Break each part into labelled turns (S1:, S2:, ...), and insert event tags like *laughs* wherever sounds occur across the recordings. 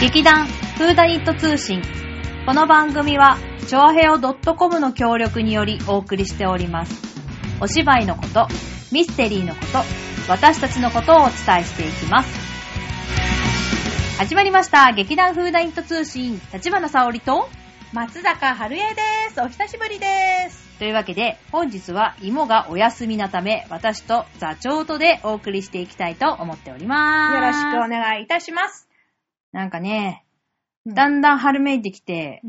S1: 劇団フーダニット通信。この番組は、チョアヘオ .com の協力によりお送りしております。お芝居のこと、ミステリーのこと、私たちのことをお伝えしていきます。始まりました。劇団フーダニット通信、立花沙織と、
S2: 松坂春江です。お久しぶりです。
S1: というわけで、本日は芋がお休みなため、私と座長とでお送りしていきたいと思っております。
S2: よろしくお願いいたします。
S1: なんかね、だ
S2: だん、
S1: んだん春めいてきて、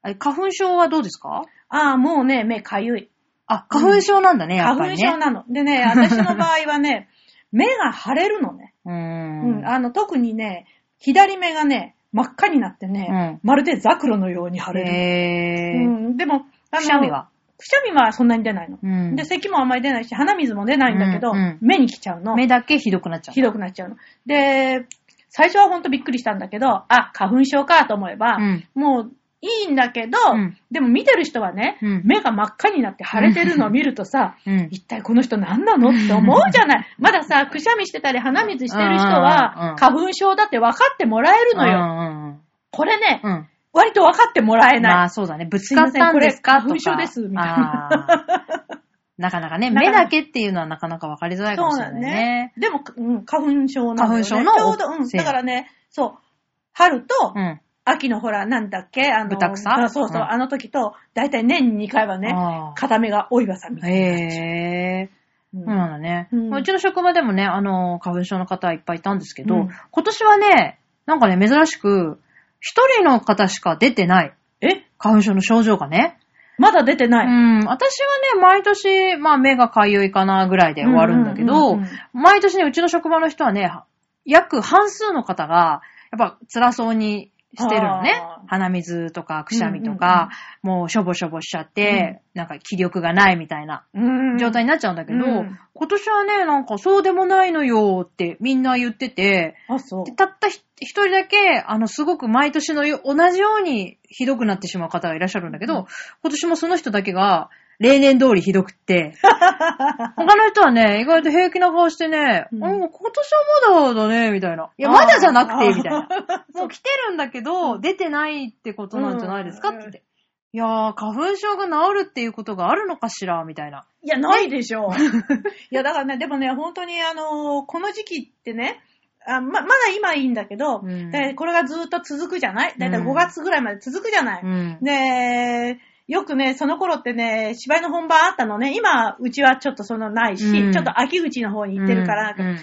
S1: あれ花粉症はどうですか
S2: ああ、もうね、目かゆい。
S1: あ、花粉症なんだね、やっぱ
S2: 花
S1: り
S2: 粉
S1: ね。
S2: 症なの。 *laughs* でね、私の場合はね、目が腫れるのね。
S1: うー。
S2: うんん、あの、特にね、左目がね、真っ赤になってね、まるでザクロのように腫れる。
S1: へ
S2: う
S1: ー。
S2: ん、でも、あ
S1: く
S2: の
S1: しゃみは
S2: くしゃみはそんなに出ないの。
S1: うん
S2: で、咳もあんまり出ないし、鼻水も出ないんだけど、
S1: うんうん
S2: 目に来ちゃうの。
S1: 目だけひどくなっちゃう。
S2: ひどくなっちゃうの。で、最初はほんとびっくりしたんだけど、あ、花粉症かと思えば、
S1: うん
S2: もういいんだけど、
S1: うん
S2: でも見てる人はね、
S1: うん
S2: 目が真っ赤になって腫れて
S1: *laughs*
S2: るのを見るとさ、
S1: うん。
S2: 一体この人何なのって思うじゃない。まださ、くしゃみしてたり鼻水してる人
S1: うんうんうん
S2: は、花粉症だって分かってもらえるのよ。
S1: よ。
S2: これね、
S1: うん。
S2: 割と分かってもらえ
S1: ま
S2: な
S1: あ
S2: い。
S1: そうだね。ぶつかったんですか
S2: すいませんこれ花粉症ですみたいな
S1: な。あーなかなかね、
S2: なか
S1: 目
S2: なか
S1: だけっていうのはなかなかわかりづらいかもしれないね。
S2: でも、うん、花粉症なのよ、
S1: 花粉
S2: ね。
S1: 症の
S2: ちょうど、うん、
S1: せい
S2: だからね、そう、春と、
S1: うん。
S2: 秋のほら、なんだっけあの、
S1: 豚草
S2: あそうそう、
S1: うん
S2: あの時と、だいたい年に2回はね、
S1: あー
S2: 片目がお岩さんみたいな感じ。
S1: へー。
S2: う
S1: そう
S2: ん
S1: なんだね。
S2: う
S1: うんちの職場でもね、あの、花粉症の方いっぱいいたんですけど、
S2: うん
S1: 今年はね、なんかね、珍しく、一人の方しか出てない。
S2: え
S1: 花粉症の症状がね。
S2: まだ出てな
S1: う
S2: い。
S1: ん。私はね、毎年、まあ目がかゆいかなぐらいで終わるんだけ
S2: う
S1: ど
S2: んうんうん、
S1: 毎年ね、うちの職場の人はね、約半数の方が、やっぱ辛そうにしてるのね
S2: あー。
S1: 鼻水とかくしゃみとか、もうしょぼしょぼしちゃって、なんか気力がないみたいな
S2: うん
S1: 状態になっちゃうんだけど、
S2: うん
S1: 今年はね、なんかそうでもないのよってみんな言ってて、
S2: あ、そう
S1: で。たったひ一人だけ、あの、すごく毎年のよ同じようにひどくなってしまう方がいらっしゃるんだけど、
S2: うん
S1: 今年もその人だけが、例年通りひどく *laughs* って、他の人はね、意外と平気な顔してね、
S2: うん
S1: うん、今年はまだだね、みたいな。いや、
S2: あー
S1: まだじゃなくて、みたい *laughs* な。
S2: あー
S1: もう来てるんだけど、出てないってことなんじゃないですかって言って。いやー、花粉症が治るっていうことがあるのかしら、みたいな。
S2: いや、 *laughs* ないでしょう。いや、だからね、でもね、本当にあのーこの時期ってね、あま、まだ今いいんだけど、
S1: うん
S2: でこれがずっと続くじゃないだいたい
S1: うん
S2: 5月ぐらいまで続くじゃない、
S1: うん。
S2: で、よくね、その頃ってね、芝居の本番あったのね、今、うちはちょっとそのないし、
S1: うん
S2: ちょっと秋口の方に行ってるから、
S1: うんうん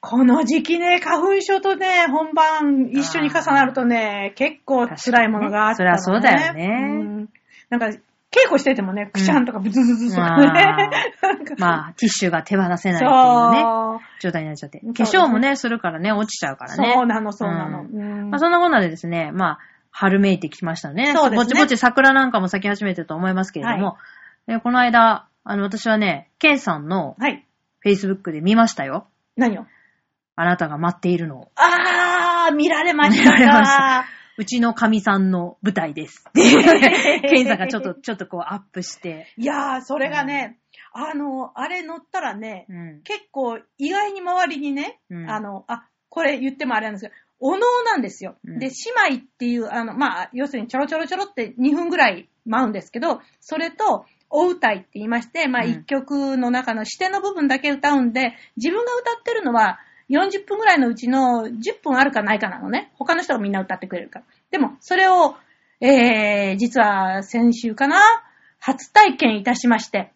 S2: この時期ね、花粉症とね、本番一緒に重なるとね、結構辛いものがあったの、
S1: 確かにねそりゃ
S2: ね。
S1: そうだよね
S2: うんなんか、稽古しててもね、くしゃんとかブズズ *laughs* ズとかね。なんか
S1: まあ、ティッシュが手放せないっていうね、
S2: そう。
S1: 状態になっちゃって
S2: そう。
S1: 化粧もね、するからね、落ちちゃうからね。
S2: そうなの、そうなの。
S1: う
S2: うん
S1: まあ、そんなこんなでですね、まあ、春めいてきましたね。
S2: そうですね
S1: ぼちぼち桜なんかも咲き始めてると思いますけれども、えこの間、あの、私はね、ケンさんの
S2: はい。
S1: Facebook で見ましたよ。
S2: 何を
S1: あなたが待っているのを。
S2: あー、見られました
S1: *laughs*
S2: か。
S1: 見られましたうちの神さんの舞台
S2: *laughs*
S1: です。っていうねケンさんがちょっと、ちょっとこうアップして。
S2: いやー、それがね、あの、あれ乗ったらね、
S1: うん。
S2: 結構意外に周りにね、
S1: うん
S2: あの、あ、これ言ってもあれなんですけど、お能なんですよ。
S1: うん
S2: で、姉妹っていう、あの、まあ、要するにちょろちょろちょろって2分ぐらい舞うんですけど、それと、お歌いって言いまして、まあ、
S1: うん
S2: 1曲の中の視点の部分だけ歌うんで、自分が歌ってるのは40分ぐらいのうちの10分あるかないかなのね。他の人がみんな歌ってくれるから。でも、それを、えー、実は先週かな、初体験いたしまして。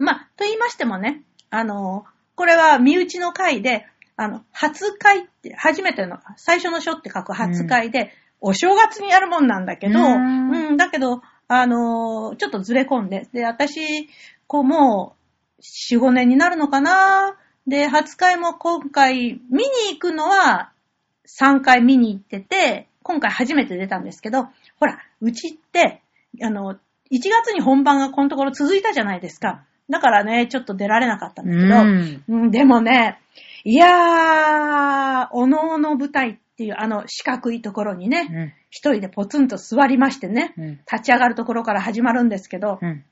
S2: まあ、と言いましてもね、あの、これは身内の会で、あの、初会って、初めての、最初の書って書く初会で、お正月にやるもんなんだけど、
S1: う
S2: うんん、だけど、あの、ちょっとずれ込んで、で、私、こう、もう、4、5年になるのかなで、初会も今回、見に行くのは、3回見に行ってて、今回初めて出たんですけど、ほら、うちって、あの、1月に本番がこのところ続いたじゃないですか。だからね、ちょっと出られなかったんだけど、
S1: うん
S2: うん、でもね、いやー、おのおの舞台っていう、あの四角いところにね、
S1: うん
S2: 一人でポツンと座りましてね、
S1: うん
S2: 立ち上がるところから始まるんですけど、
S1: うん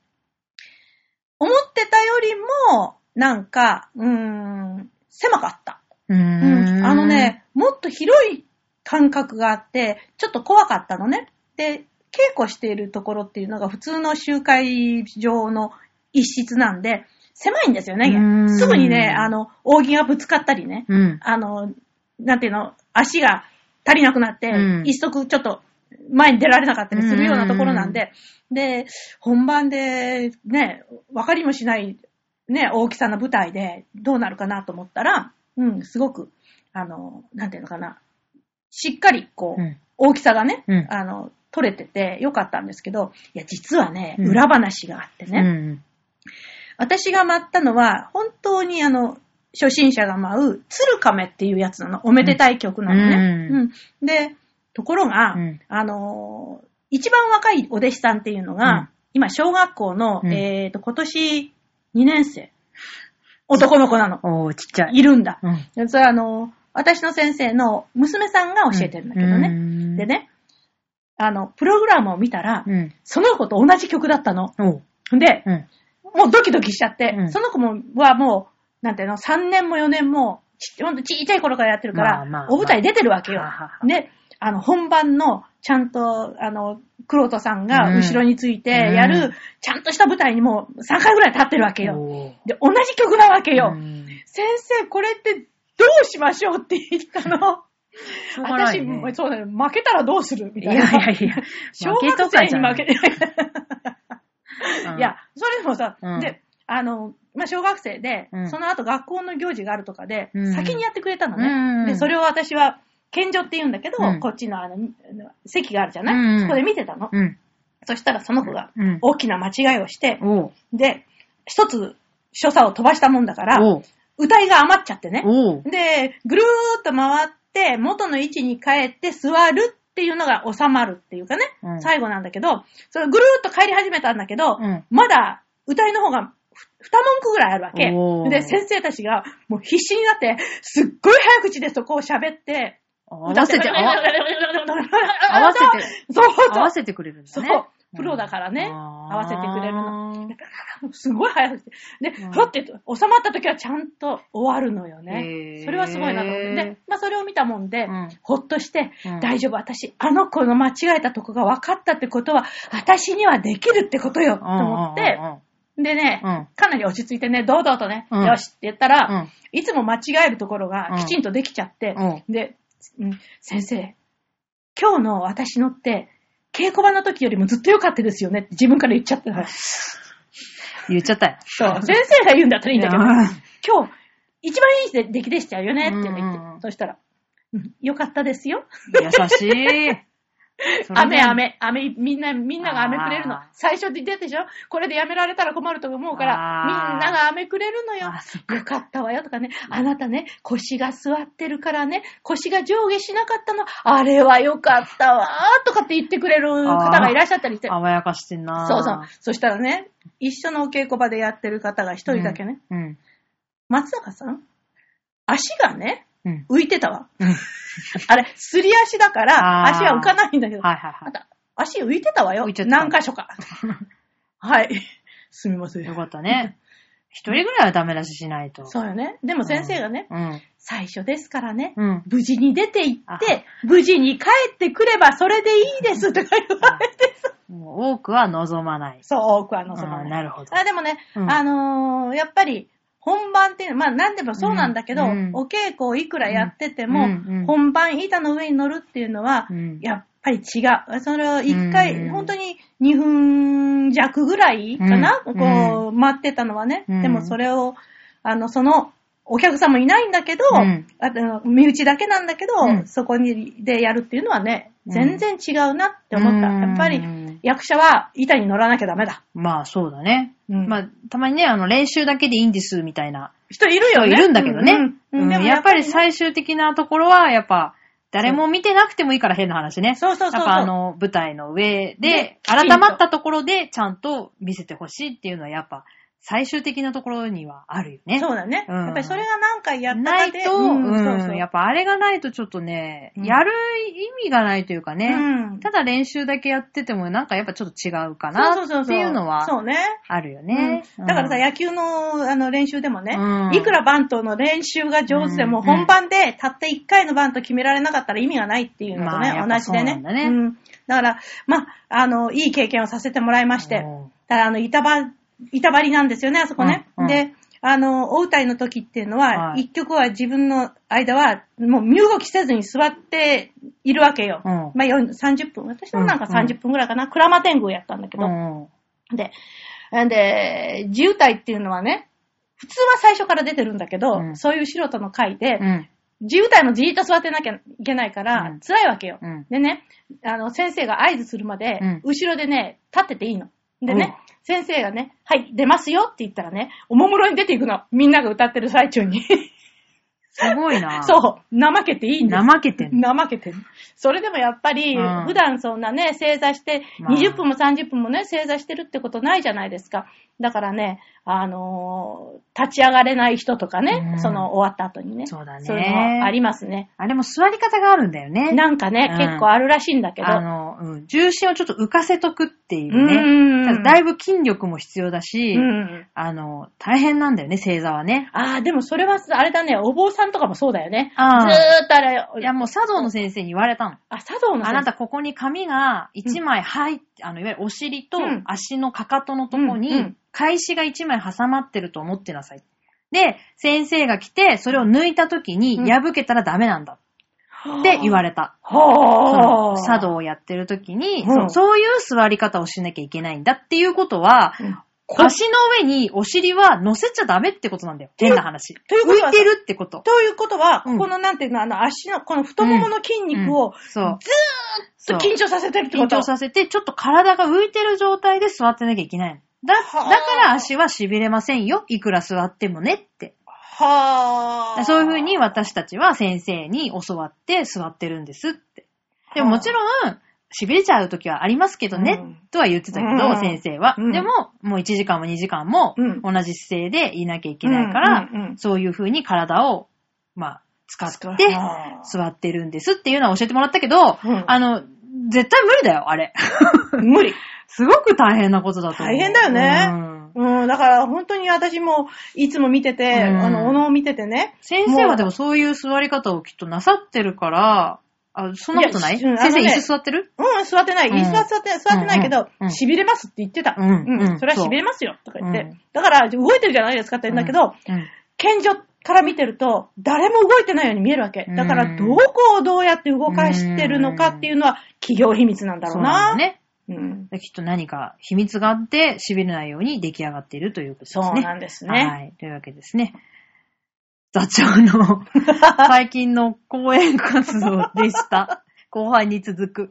S2: 思ってたよりも、なんか、うーん、狭かった。
S1: う
S2: うん
S1: ん
S2: あのね、もっと広い感覚があって、ちょっと怖かったのね。で、稽古しているところっていうのが普通の集会場の一室なんで、狭いんですよ
S1: うー
S2: ね。
S1: ん
S2: すぐにね、あの、扇がぶつかったりね、
S1: うん。
S2: あの、なんていうの、足が足りなくなって、
S1: うん
S2: 一足ちょっと前に出られなかったりするようなところなんで、で、本番でね、わかりもしない、ね、大きさの舞台でどうなるかなと思ったら、うん、すごく、あの、なんていうのかな、しっかりこう、
S1: うん
S2: 大きさがね、
S1: うん
S2: あの、取れててよかったんですけど、いや、実はね、
S1: うん
S2: 裏話があってね、
S1: うん。
S2: 私が舞ったのは、本当にあの、初心者が舞う、鶴亀っていうやつなの。おめでたい曲なのね。
S1: うん
S2: うんで、ところが、
S1: うん
S2: あのー一番若いお弟子さんっていうのが、
S1: うん
S2: 今、小学校の、
S1: うん
S2: えっ、と、今年2年生、男の子なの。
S1: おー、ちっちゃい。
S2: いるんだ。
S1: うん。
S2: それはあのー私の先生の娘さんが教えてるんだけどね。
S1: ね
S2: で。ね、あの、プログラムを見たら、
S1: うん。
S2: その子と同じ曲だったの。
S1: おう。
S2: で、
S1: うん。
S2: もうドキドキしちゃって、
S1: うん
S2: その子もはもう、なんていうの、3年も4年も、ちほんとちっちゃい頃からやってるから、
S1: まあまあまあ
S2: お舞台出てるわけよ
S1: ははは。
S2: で、あの、本番の、ちゃんと、あの、クロさんが後ろについてやる、
S1: うんうん
S2: ちゃんとした舞台にもう3回ぐらい立ってるわけよ。
S1: おー
S2: で、同じ曲なわけよ。
S1: うん
S2: 先生、これってどうしましょうって言ったの。
S1: しょうがな
S2: 私、
S1: いね
S2: そうだよ、負けたらどうするみ
S1: い
S2: た
S1: や
S2: い
S1: い
S2: な。
S1: やいや。
S2: 小学生 *laughs* に負けて、
S1: うん
S2: *laughs* いや、、それでもさ、
S1: うん
S2: で、あの、まあ、小学生で、
S1: うん
S2: その後学校の行事があるとかで、
S1: うん
S2: 先にやってくれたの
S1: うんうん
S2: ね。で、それを私は、献上って言うんだけど、
S1: うん
S2: こっちのあの、席があるじゃない、
S1: うんうん
S2: そこで見てたの。
S1: うん。
S2: そしたらその子が
S1: うん、
S2: 大きな間違いをして、
S1: おう。
S2: で、一つ、所作を飛ばしたもんだから、
S1: おう。
S2: 歌いが余っちゃってね。
S1: おう。
S2: で、ぐるーっと回って、元の位置に帰って座るっていうのが収まるっていうかね、
S1: うん
S2: 最後なんだけど、それぐるーっと帰り始めたんだけど、
S1: うん
S2: まだ歌いの方がふ二文句ぐらいあるわけ
S1: おー。
S2: で、先生たちがもう必死になって、すっごい早口でそこを喋って、
S1: 合わせて、
S2: 歌
S1: あわ
S2: 合
S1: 合わせて、
S2: そう
S1: 合
S2: そう
S1: わせてくれるん
S2: そ
S1: だ
S2: う
S1: ね。、
S2: プロだからね、合
S1: 合
S2: わせてくれるの。
S1: の。
S2: すごい早くて。で、
S1: うん
S2: ふって収まった時はちゃんと終わるのよ
S1: へ
S2: ね。
S1: ー
S2: それはすごいなと思って。で、まあそれを見たもんで、
S1: うん
S2: ほっとして、
S1: うん
S2: 大丈夫、私、あの子の間違えたとこが分かったってことは、私にはできるってことよ、と思って、でね、
S1: うん
S2: かなり落ち着いてね、堂々とね、
S1: うん
S2: よしって言ったら、
S1: うん
S2: いつも間違えるところがきちんとできちゃって、で、うん先生、今日の私のって、稽古場の時よりもずっと良かったですよねって自分から言っちゃったから。
S1: 言っちゃったよ。
S2: そう、先生が言うんだったらいいんだけど、
S1: いや
S2: 今日、一番いい出来でしたよねって言って、
S1: うんうん
S2: そしたら、うん、良かったですよ。
S1: 優しい。それで
S2: 雨、。雨、雨、みんな、みんなが雨くれるの
S1: あー。
S2: 最初で言ってたでしょこれでやめられたら困ると思うから、
S1: あ
S2: み
S1: ー
S2: んなが雨くれるのよ。
S1: あそっ
S2: よかったわよとかね、あなたね、腰が座ってるからね、腰が上下しなかったの、あれはよかったわーとかって言ってくれる方がいらっしゃったりして、
S1: 甘やかしてんな。
S2: そうそう。そしたらね、一緒のお稽古場でやってる方が一人だけね、
S1: うん。
S2: 松坂さん足がね、
S1: うん。
S2: 浮いてたわ。
S1: うん。はい
S2: *laughs* あれ、すり足だか
S1: あ
S2: ら、
S1: ー
S2: 足は浮かないんだけど、
S1: はいは
S2: 足浮いてたわよ。
S1: 浮いちゃった
S2: 何
S1: *laughs*
S2: 箇所か。はい。すみませ
S1: い。よ
S2: ん。
S1: かったね。一人ぐらいはダメ出ししないと。
S2: そうよね。でも先生がね、
S1: うん。
S2: 最初ですからね、
S1: うん。
S2: 無事に出て行
S1: あ
S2: って、無事に帰ってくればそれでいいですとか言
S1: *laughs*
S2: われて。
S1: もう多くは望まない。
S2: そう、多くは望
S1: あ
S2: ま
S1: ー
S2: ない。
S1: なるほど。
S2: あでもね、
S1: うん
S2: あのーやっぱり、本番っていうのは、まあ何でもそうなんだけど、
S1: うんうん
S2: お稽古をいくらやってても、
S1: うんうん
S2: 本番板の上に乗るっていうのは、
S1: うん
S2: やっぱり違う。それを一回、
S1: うん
S2: 本当に2分弱ぐらいかな、
S1: うん
S2: こう、待ってたのはね。
S1: うん
S2: でもそれを、あの、その、お客さんもいないんだけど、
S1: うん
S2: あの身内だけなんだけど、
S1: うん
S2: そこにでやるっていうのはね、
S1: うん
S2: 全然違うなって思った。
S1: うん
S2: やっぱり役者は板に乗らなきゃダメだ。
S1: まあそうだね。
S2: うん
S1: まあたまにね、あの練習だけでいいんですみたいな
S2: 人いるよ
S1: 人
S2: ね。
S1: いるんだけどね。
S2: うん
S1: うん
S2: でも
S1: やっぱり
S2: ね
S1: 最終的なところはやっぱ誰も見てなくてもいいから *laughs* 変な話ね。
S2: そうそうそうそう
S1: やっぱあの舞台の上で
S2: ね
S1: 改まったところでちゃんと見せてほしいっていうのはやっぱ最終的なところにはあるよね。
S2: そうだね。
S1: うん
S2: やっぱりそれが何回やった
S1: な
S2: か
S1: い
S2: で。
S1: と、
S2: うん
S1: うん
S2: そうそう。
S1: やっぱあれがないとちょっとね、
S2: うん
S1: やる意味がないというか
S2: う
S1: ね、
S2: ん
S1: ただ練習だけやっててもなんかやっぱちょっと違うか
S2: そ
S1: な
S2: うそうそう
S1: っ
S2: そ
S1: ていうのは
S2: そうね。
S1: あるよね。
S2: うんだからさ、
S1: うん
S2: 野球のあの練習でもね、
S1: うん
S2: いくらバントの練習が上手でも、
S1: うん
S2: 本番でたった1回のバント決められなかったら意味がないっていうのとね、
S1: まあやっぱ
S2: 同じでね。
S1: そうなんだね
S2: んだから、まあ、あの、いい経験をさせてもらいまして、
S1: うん
S2: ただ、あの、板張、板張りなんですよね、あそこね。
S1: うんうん
S2: で、あの、お歌いの時っていうのは、
S1: は
S2: 一
S1: い
S2: 曲は自分の間は、もう身動きせずに座っているわけよ。
S1: うん
S2: まあ、よん30分。私もなんか
S1: うんうん
S2: 30分ぐらいかな。クラマ天狗をやったんだけど。
S1: うん
S2: で、んで、自由体っていうのはね、普通は最初から出てるんだけど、
S1: うん
S2: そういう素人の会で、
S1: うん
S2: 自由体もじーっと座ってなきゃいけないから、
S1: うん
S2: 辛いわけよ、
S1: うん
S2: でね、あの、先生が合図するまで、
S1: うん
S2: 後ろでね、立ってていいの。でね、先生がね、はい、出ますよって言ったらね、おもむろに出ていくの。みんなが歌ってる最中に。
S1: すごいな。
S2: *laughs* そう、怠けていいんです。
S1: 怠けてんの。
S2: *laughs* 怠けてる。それでもやっぱり、
S1: うん
S2: 普段そんなね、正座して、
S1: まあ
S2: 20分も30分もね、正座してるってことないじゃないですか。だからね、あのー立ち上がれない人とかね、
S1: うん
S2: その終わった後にね。
S1: そうだね
S2: そういうのもありますね。
S1: あれも座り方があるんだよね。
S2: なんかね、
S1: うん
S2: 結構あるらしいんだけど。
S1: あの、うん重心をちょっと浮かせとくっていううね。
S2: ん
S1: ただだいぶ筋力も必要だし、
S2: うん。
S1: あの、大変なんだよね、正座はね。
S2: ああ、でもそれはさ、あれだね、お坊さんとかもそうだよね。ずー
S1: あー
S2: っとあれ、
S1: いや、もう茶道の先生に言われたの。
S2: あ、茶道の先生
S1: あなたここに髪が1枚入って、あの、いわゆるお尻と
S2: うん
S1: 足のかかとのとこ
S2: うんう
S1: に
S2: ん、
S1: 返しが1枚挟まってると思ってなさい。で、先生が来て、それを抜いた時に
S2: うん
S1: 破けたらダメなんだって言わ
S2: れ
S1: れた。そ
S2: ほ
S1: の
S2: ー。
S1: 茶道をやってる時に、
S2: うん
S1: そうそういう座り方をしなきゃいけないんだっていうことは、
S2: うん。
S1: 足の上にお尻は乗せちゃダメってことなんだよ。
S2: ていう
S1: 変な話。
S2: ということは
S1: 浮いてるってこと。
S2: ということは、
S1: うん
S2: このなんていうの、あの足の、この太ももの筋肉を、
S1: うんそう。
S2: ずっと緊張させてるってこ
S1: 緊
S2: と。
S1: 張させて、ちょっと体が浮いてる状態で座ってなきゃいけないの。だ、だ
S2: はあ
S1: から足は痺れませんよ。いくら座ってもねって。
S2: はあ。
S1: そういうふうに私たちは先生に教わって座ってるんですって。でももちろん、痺れちゃう時はありますけどね、
S2: うん
S1: とは言ってたけど、
S2: うん
S1: 先生は。
S2: うん
S1: でも、もう1時間も2時間も
S2: うん
S1: 同じ姿勢でいなきゃいけないから、
S2: うんうんうん
S1: そういうふうに体を、まあ、使って
S2: はあ
S1: 座ってるんですっていうのは教えてもらったけど、
S2: うん
S1: あの、絶対無理だよ、あれ。 *laughs*
S2: 無理。
S1: すごく大変なことだと思う。
S2: 大変だよね
S1: うん
S2: うん、だから本当に私も、いつも見てて、
S1: うん
S2: あの、おのを見ててね。
S1: 先生はで
S2: も
S1: もそういう座り方をきっとなさってるから、あそんなことない
S2: いやうん
S1: 先生、
S2: あのね
S1: 椅子座ってる
S2: う、うん、座ってない。
S1: うん
S2: 椅子は座って、座ってないけど、
S1: うんうん
S2: 痺れますって言ってた。
S1: うんうん
S2: それは痺れますよ、とか言って。
S1: うん
S2: だから、動いてるじゃないですかって言うんだけど、
S1: うん
S2: 賢者から見てると、誰も動いてないように見えるわけ。だから、どこをどうやって動かしてるのかっていうのは、企業秘密なんだろうな。
S1: そうなんだね。
S2: うん
S1: きっと何か秘密があって、痺れないように出来上がっているということです
S2: そ
S1: ね。
S2: うなんです
S1: は
S2: ね。
S1: い。というわけですね。座長
S2: *laughs*
S1: の最近の講演活動でした。後半に続く。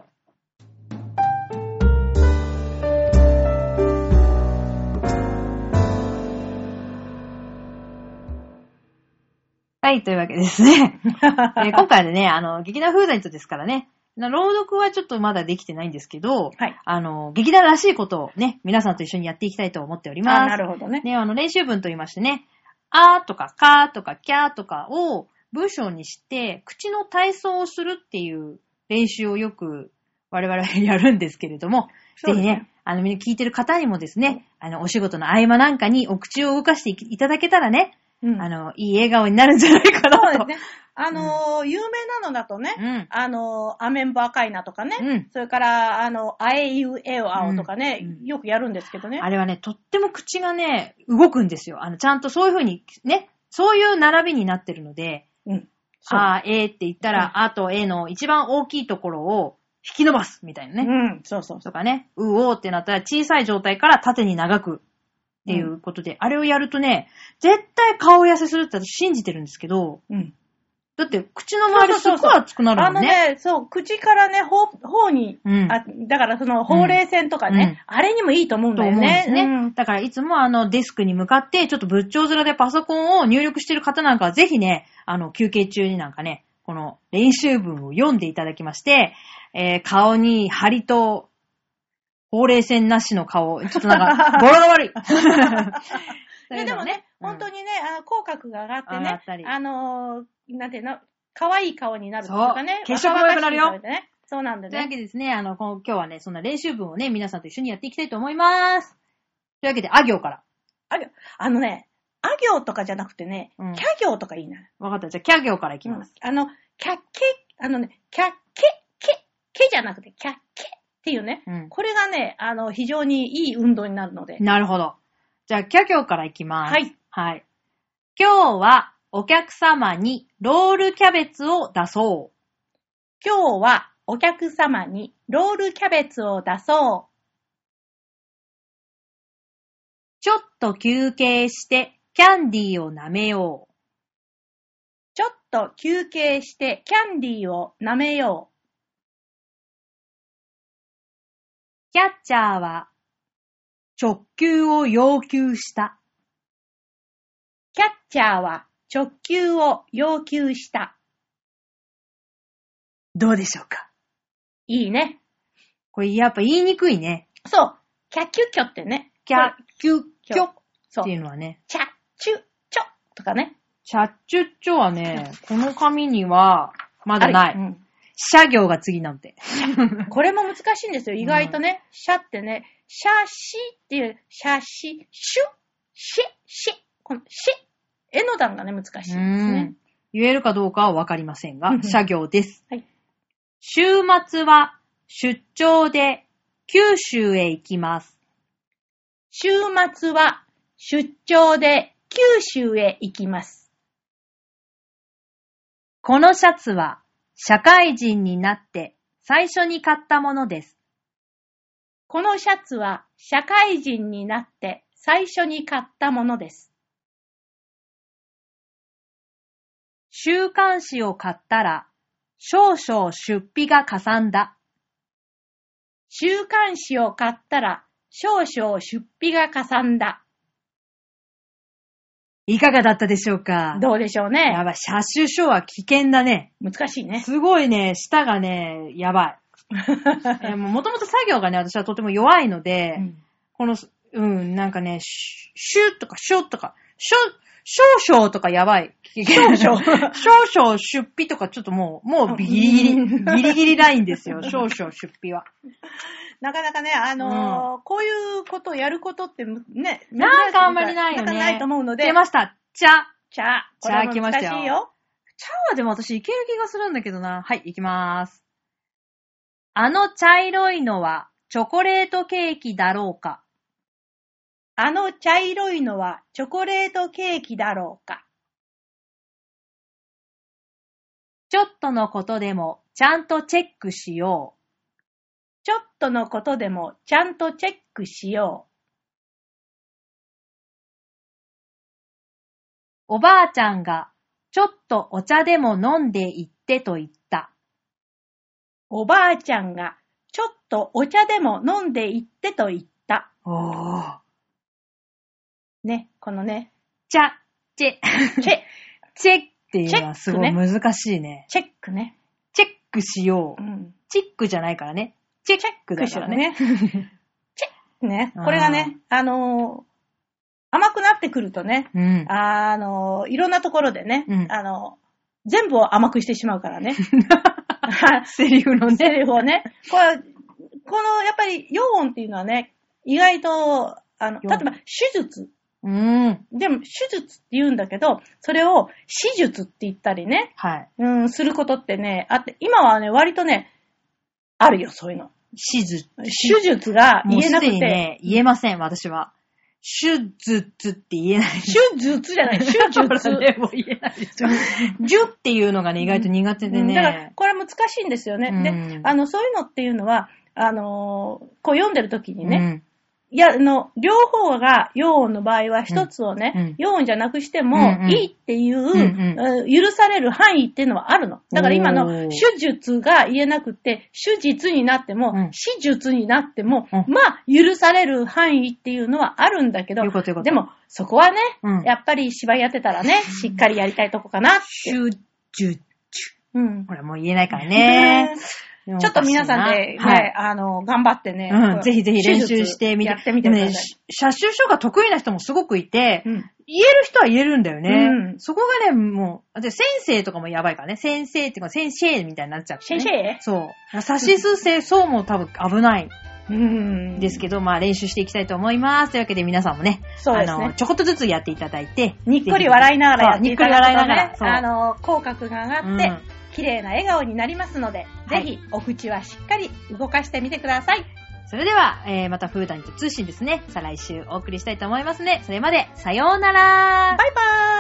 S1: はい、というわけです
S2: *laughs*
S1: ね。えー今回でね、あの、劇団フーダイットですからね、な朗読はちょっとまだできてないんですけど、
S2: はい
S1: あの、劇団らしいことをね、皆さんと一緒にやっていきたいと思っており
S2: あ
S1: ま
S2: ー
S1: す
S2: な。るほどね。
S1: *laughs* ね、あの、練習文と言いましてね、あーとかかーとかきゃーとかを文章にして、口の体操をするっていう練習をよく我々は *laughs* やるんですけれども、
S2: そう
S1: ぜ
S2: です
S1: ひ
S2: ね
S1: ね、あの、みんな聞いてる方にもですね、あの、お仕事の合間なんかにお口を動かしていきいただけたらね、
S2: うん
S1: あの、いい笑顔になるんじゃないかな
S2: そうで
S1: と。
S2: すね。
S1: *laughs*
S2: あのー、有名なのだとね、
S1: うん。
S2: あのー、アメンボ赤いなとかね、
S1: うん
S2: それから、あの、あえいうえおあおとかね、
S1: うん
S2: よくやるんですけどね。
S1: あれはね、とっても口がね、動くんですよ。あの、ちゃんとそういう風に、ね、そういう並びになってるので、
S2: うん。そう
S1: あー、えーって言ったら、あとえの一番大きいところを引き伸ばす、みたいなね。
S2: うん、そうそう
S1: と
S2: そ
S1: かね、うおーってなったら小さい状態から縦に長くっていうことで、あれをやるとね、絶対顔痩せするって私信じてるんですけど、
S2: う。うん。
S1: だって口の周りすっごい熱くなる
S2: あ
S1: も
S2: の
S1: んね。
S2: ね、そう、口からね、ほう、ほうに、
S1: うん
S2: あ、だからその、ほうれい線とかね、あれにもいいと思うん
S1: と
S2: だ
S1: 思
S2: よ
S1: うんで
S2: ね。
S1: すね。
S2: うん
S1: だからいつもあのデスクに向かって、ちょっと仏頂面でパソコンを入力してる方なんかはぜひね、あの休憩中になんかね、この練習文を読んでいただきまして、えー顔に張りとほうれい線なしの顔。ちょっと
S2: *laughs*
S1: なんか、語呂が悪い。 *laughs*
S2: いやでもね、
S1: うん
S2: 本当にね、あの口角が上がって
S1: 上がっ
S2: ね
S1: たり、
S2: あのー、なんていうの、可愛い顔になるとかね。
S1: そう血色も良くなるよ
S2: 若々しい顔でね。そうなんだ
S1: というわ
S2: ね。
S1: けでですね、あの、この今日はね、そんな練習文をね、皆さんと一緒にやっていきたいと思います。というわけで、あ行から。
S2: あのね、あ行とかじゃなくてね、
S1: うん
S2: キャ行とかいいな。
S1: わかった。じゃあ、キャ行からいきます。
S2: あの、キャッケ、あのね、キャッケ、ケ、ケじゃなくて、キャッケっていうね、
S1: うん。
S2: これがね、あの、非常にいい運動になるので。
S1: なるほど。じゃあ、キャ行からいきます。
S2: はい。
S1: はい。今日は、お客様にロールキャベツを出そう。
S2: 今日はお客様にロールキャベツを出そ
S1: ちょっと休憩して、キャンディーを舐めよう。
S2: う。ちょっと休憩してキャンディーを舐めよう。
S1: キャッチャーは、直球を要求した。
S2: キャッチャーは直球を要求した。
S1: どうでしょうか
S2: いいね。
S1: これやっぱ言いにくいね。
S2: そう。キャッキュッキョってね。
S1: キャ、キュ、キョっ
S2: そう
S1: て。いうのはね。
S2: チャッチュッチョとかね。
S1: チャッチュッチョはね、この紙には、まだな
S2: ある
S1: い。
S2: うん
S1: 社行が次なんて。
S2: これも難しいんですよ。意外とね、シャってね、シャシっていう、シャシ、シュ、シ、シ、このシ、絵の段がね、難しいです
S1: う
S2: ね
S1: ん。言えるかどうかはわかりません
S2: う
S1: が
S2: ん、
S1: 社行です。
S2: はい
S1: 週末は出張で九州へ行きます。
S2: 週末は出張で九州へ行きます。
S1: このシャツは社会人になって最初に買ったものです。
S2: このシャツは社会人になって最初に買ったものです。
S1: 週刊誌を買ったら少々出費がかさんだ。
S2: 週刊誌を買ったら少々出費がかさんだ。
S1: いかがだったでしょうか
S2: どうでしょう
S1: や
S2: ね。
S1: ばい、車種書は危険だね。
S2: 難しいね。
S1: すごいね、舌がね、やばい。
S2: *laughs*
S1: えーもともと作業がね、私はとても弱いので、
S2: うん
S1: この、うん、なんかね、シュシュッとか、シュッとか、シュ少々とかやばい。少々 *laughs* 少々出費とかちょっともう、もうギリギ
S2: う
S1: リ、ギリギリラインですよ、 *laughs* 少々出費は。
S2: *laughs* なかなかね、あのーこういうことをやることってむね、
S1: なんかあんまりないよね
S2: んかないと思うので
S1: 出、ました。じゃ
S2: チャー、これも
S1: チャー来ま
S2: 難
S1: し
S2: した
S1: よ
S2: いよ。
S1: あでも私いける気がするんだけどな。はい、いきまーす。あの茶色いのはチョコレートケーキだろうか。
S2: あの茶色いのはチョコレートケーキだろうか。
S1: ちょっとのことでもちゃんとチェックしよう。
S2: ちょっとのことでもちゃんとチェックしよ
S1: おばあちゃんがちょっとお茶でも飲んでいってと言った。
S2: う。おばあちゃんがちょっとお茶でも飲んでいってと言った。
S1: おー。
S2: ね、このね、
S1: チャ、チェ、 *laughs*
S2: チェ、
S1: チェっていうのはすごい
S2: チェック
S1: 難しいね。
S2: チェックね。
S1: チェックしよ
S2: う
S1: う。
S2: ん。
S1: チェックじゃないからね。チェックだ
S2: チ
S1: か
S2: ェ
S1: ら
S2: ック
S1: ね。
S2: しようね。 *laughs* チェックね。これがね、あのー甘くなってくるとね、
S1: うん。
S2: あの、いろんなところでね、
S1: うん
S2: あの、全部を甘くしてしまうか
S1: *laughs*
S2: らね。はい
S1: セリフの
S2: セ
S1: ね。
S2: リフをね。これ、この、やっぱり、4音っていうのはね、意外と、あの、
S1: 四
S2: 例
S1: 音
S2: えば、手術。
S1: うん。
S2: でも、手術って言うんだけど、それを、手術って言ったりね、
S1: はい。
S2: うん、することってね、あって、今はね、割とね、あるよ、そういうの。
S1: 手術。
S2: 手術が
S1: もう
S2: 言え
S1: す
S2: なく
S1: で
S2: て、
S1: にね、言えません、私は。手術って言えない。
S2: 手
S1: *laughs*
S2: 術じゃない、手術。
S1: でも言えないでしょ。ジュっていうのがね、意外と苦手で
S2: うんだから
S1: ね。、
S2: これ難しいんですよね。
S1: う
S2: で
S1: ん、
S2: あの、そういうのっていうのは、あのーこう読んでる時にね、
S1: ね。
S2: いや、あの、両方が、陽音の場合は一つをね、陽、音じゃなくしても
S1: うん、うん
S2: いいっていう、
S1: ん
S2: うん許される範囲っていうのはあるの。だから今
S1: お
S2: の
S1: ー、
S2: 手術が言えなくて、手術になっても、
S1: うん
S2: 手術になっても、
S1: う
S2: まあ、許される範囲っていうのはあるんだけど、
S1: よかったよかった
S2: でも、そこはね、
S1: うん
S2: やっぱり芝居やってたらね、しっかりやりたいとこかなって。
S1: 手術。
S2: うん
S1: ほら、もう言えないからね。
S2: *laughs* ちょっと皆さんでね、
S1: はい
S2: あの、頑張ってね、
S1: うん、ぜひぜひ
S2: 手
S1: 練
S2: 術
S1: 習してみて。
S2: やってみてくだ
S1: ね
S2: さい。
S1: 車種書が得意な人もすごくいて、
S2: うん
S1: 言える人は言えるんだよね。
S2: うん
S1: そこがね、もう、で先生とかもやばいからね。先生っていうか、先生みたいになっちゃう、ね。
S2: 先生
S1: そう。サシス清掃も多分危ない
S2: うん
S1: ですけど、まあ練習していきたいと思います。というわけで皆さんもね、
S2: そうです
S1: あの、
S2: ね。
S1: ちょこっとずつやっていただいて、
S2: にっこり笑いながらやっていただくとね、
S1: そうにっこり笑いながら
S2: あの、口角が上がって、
S1: うん
S2: 綺麗な笑顔になりますので、
S1: はい
S2: ぜひお口はしっかり動かしてみてください。
S1: それでは、えー、またフーダニと通信ですね、再来週お送りしたいと思いますね。それまで、さようなら
S2: バイバーイ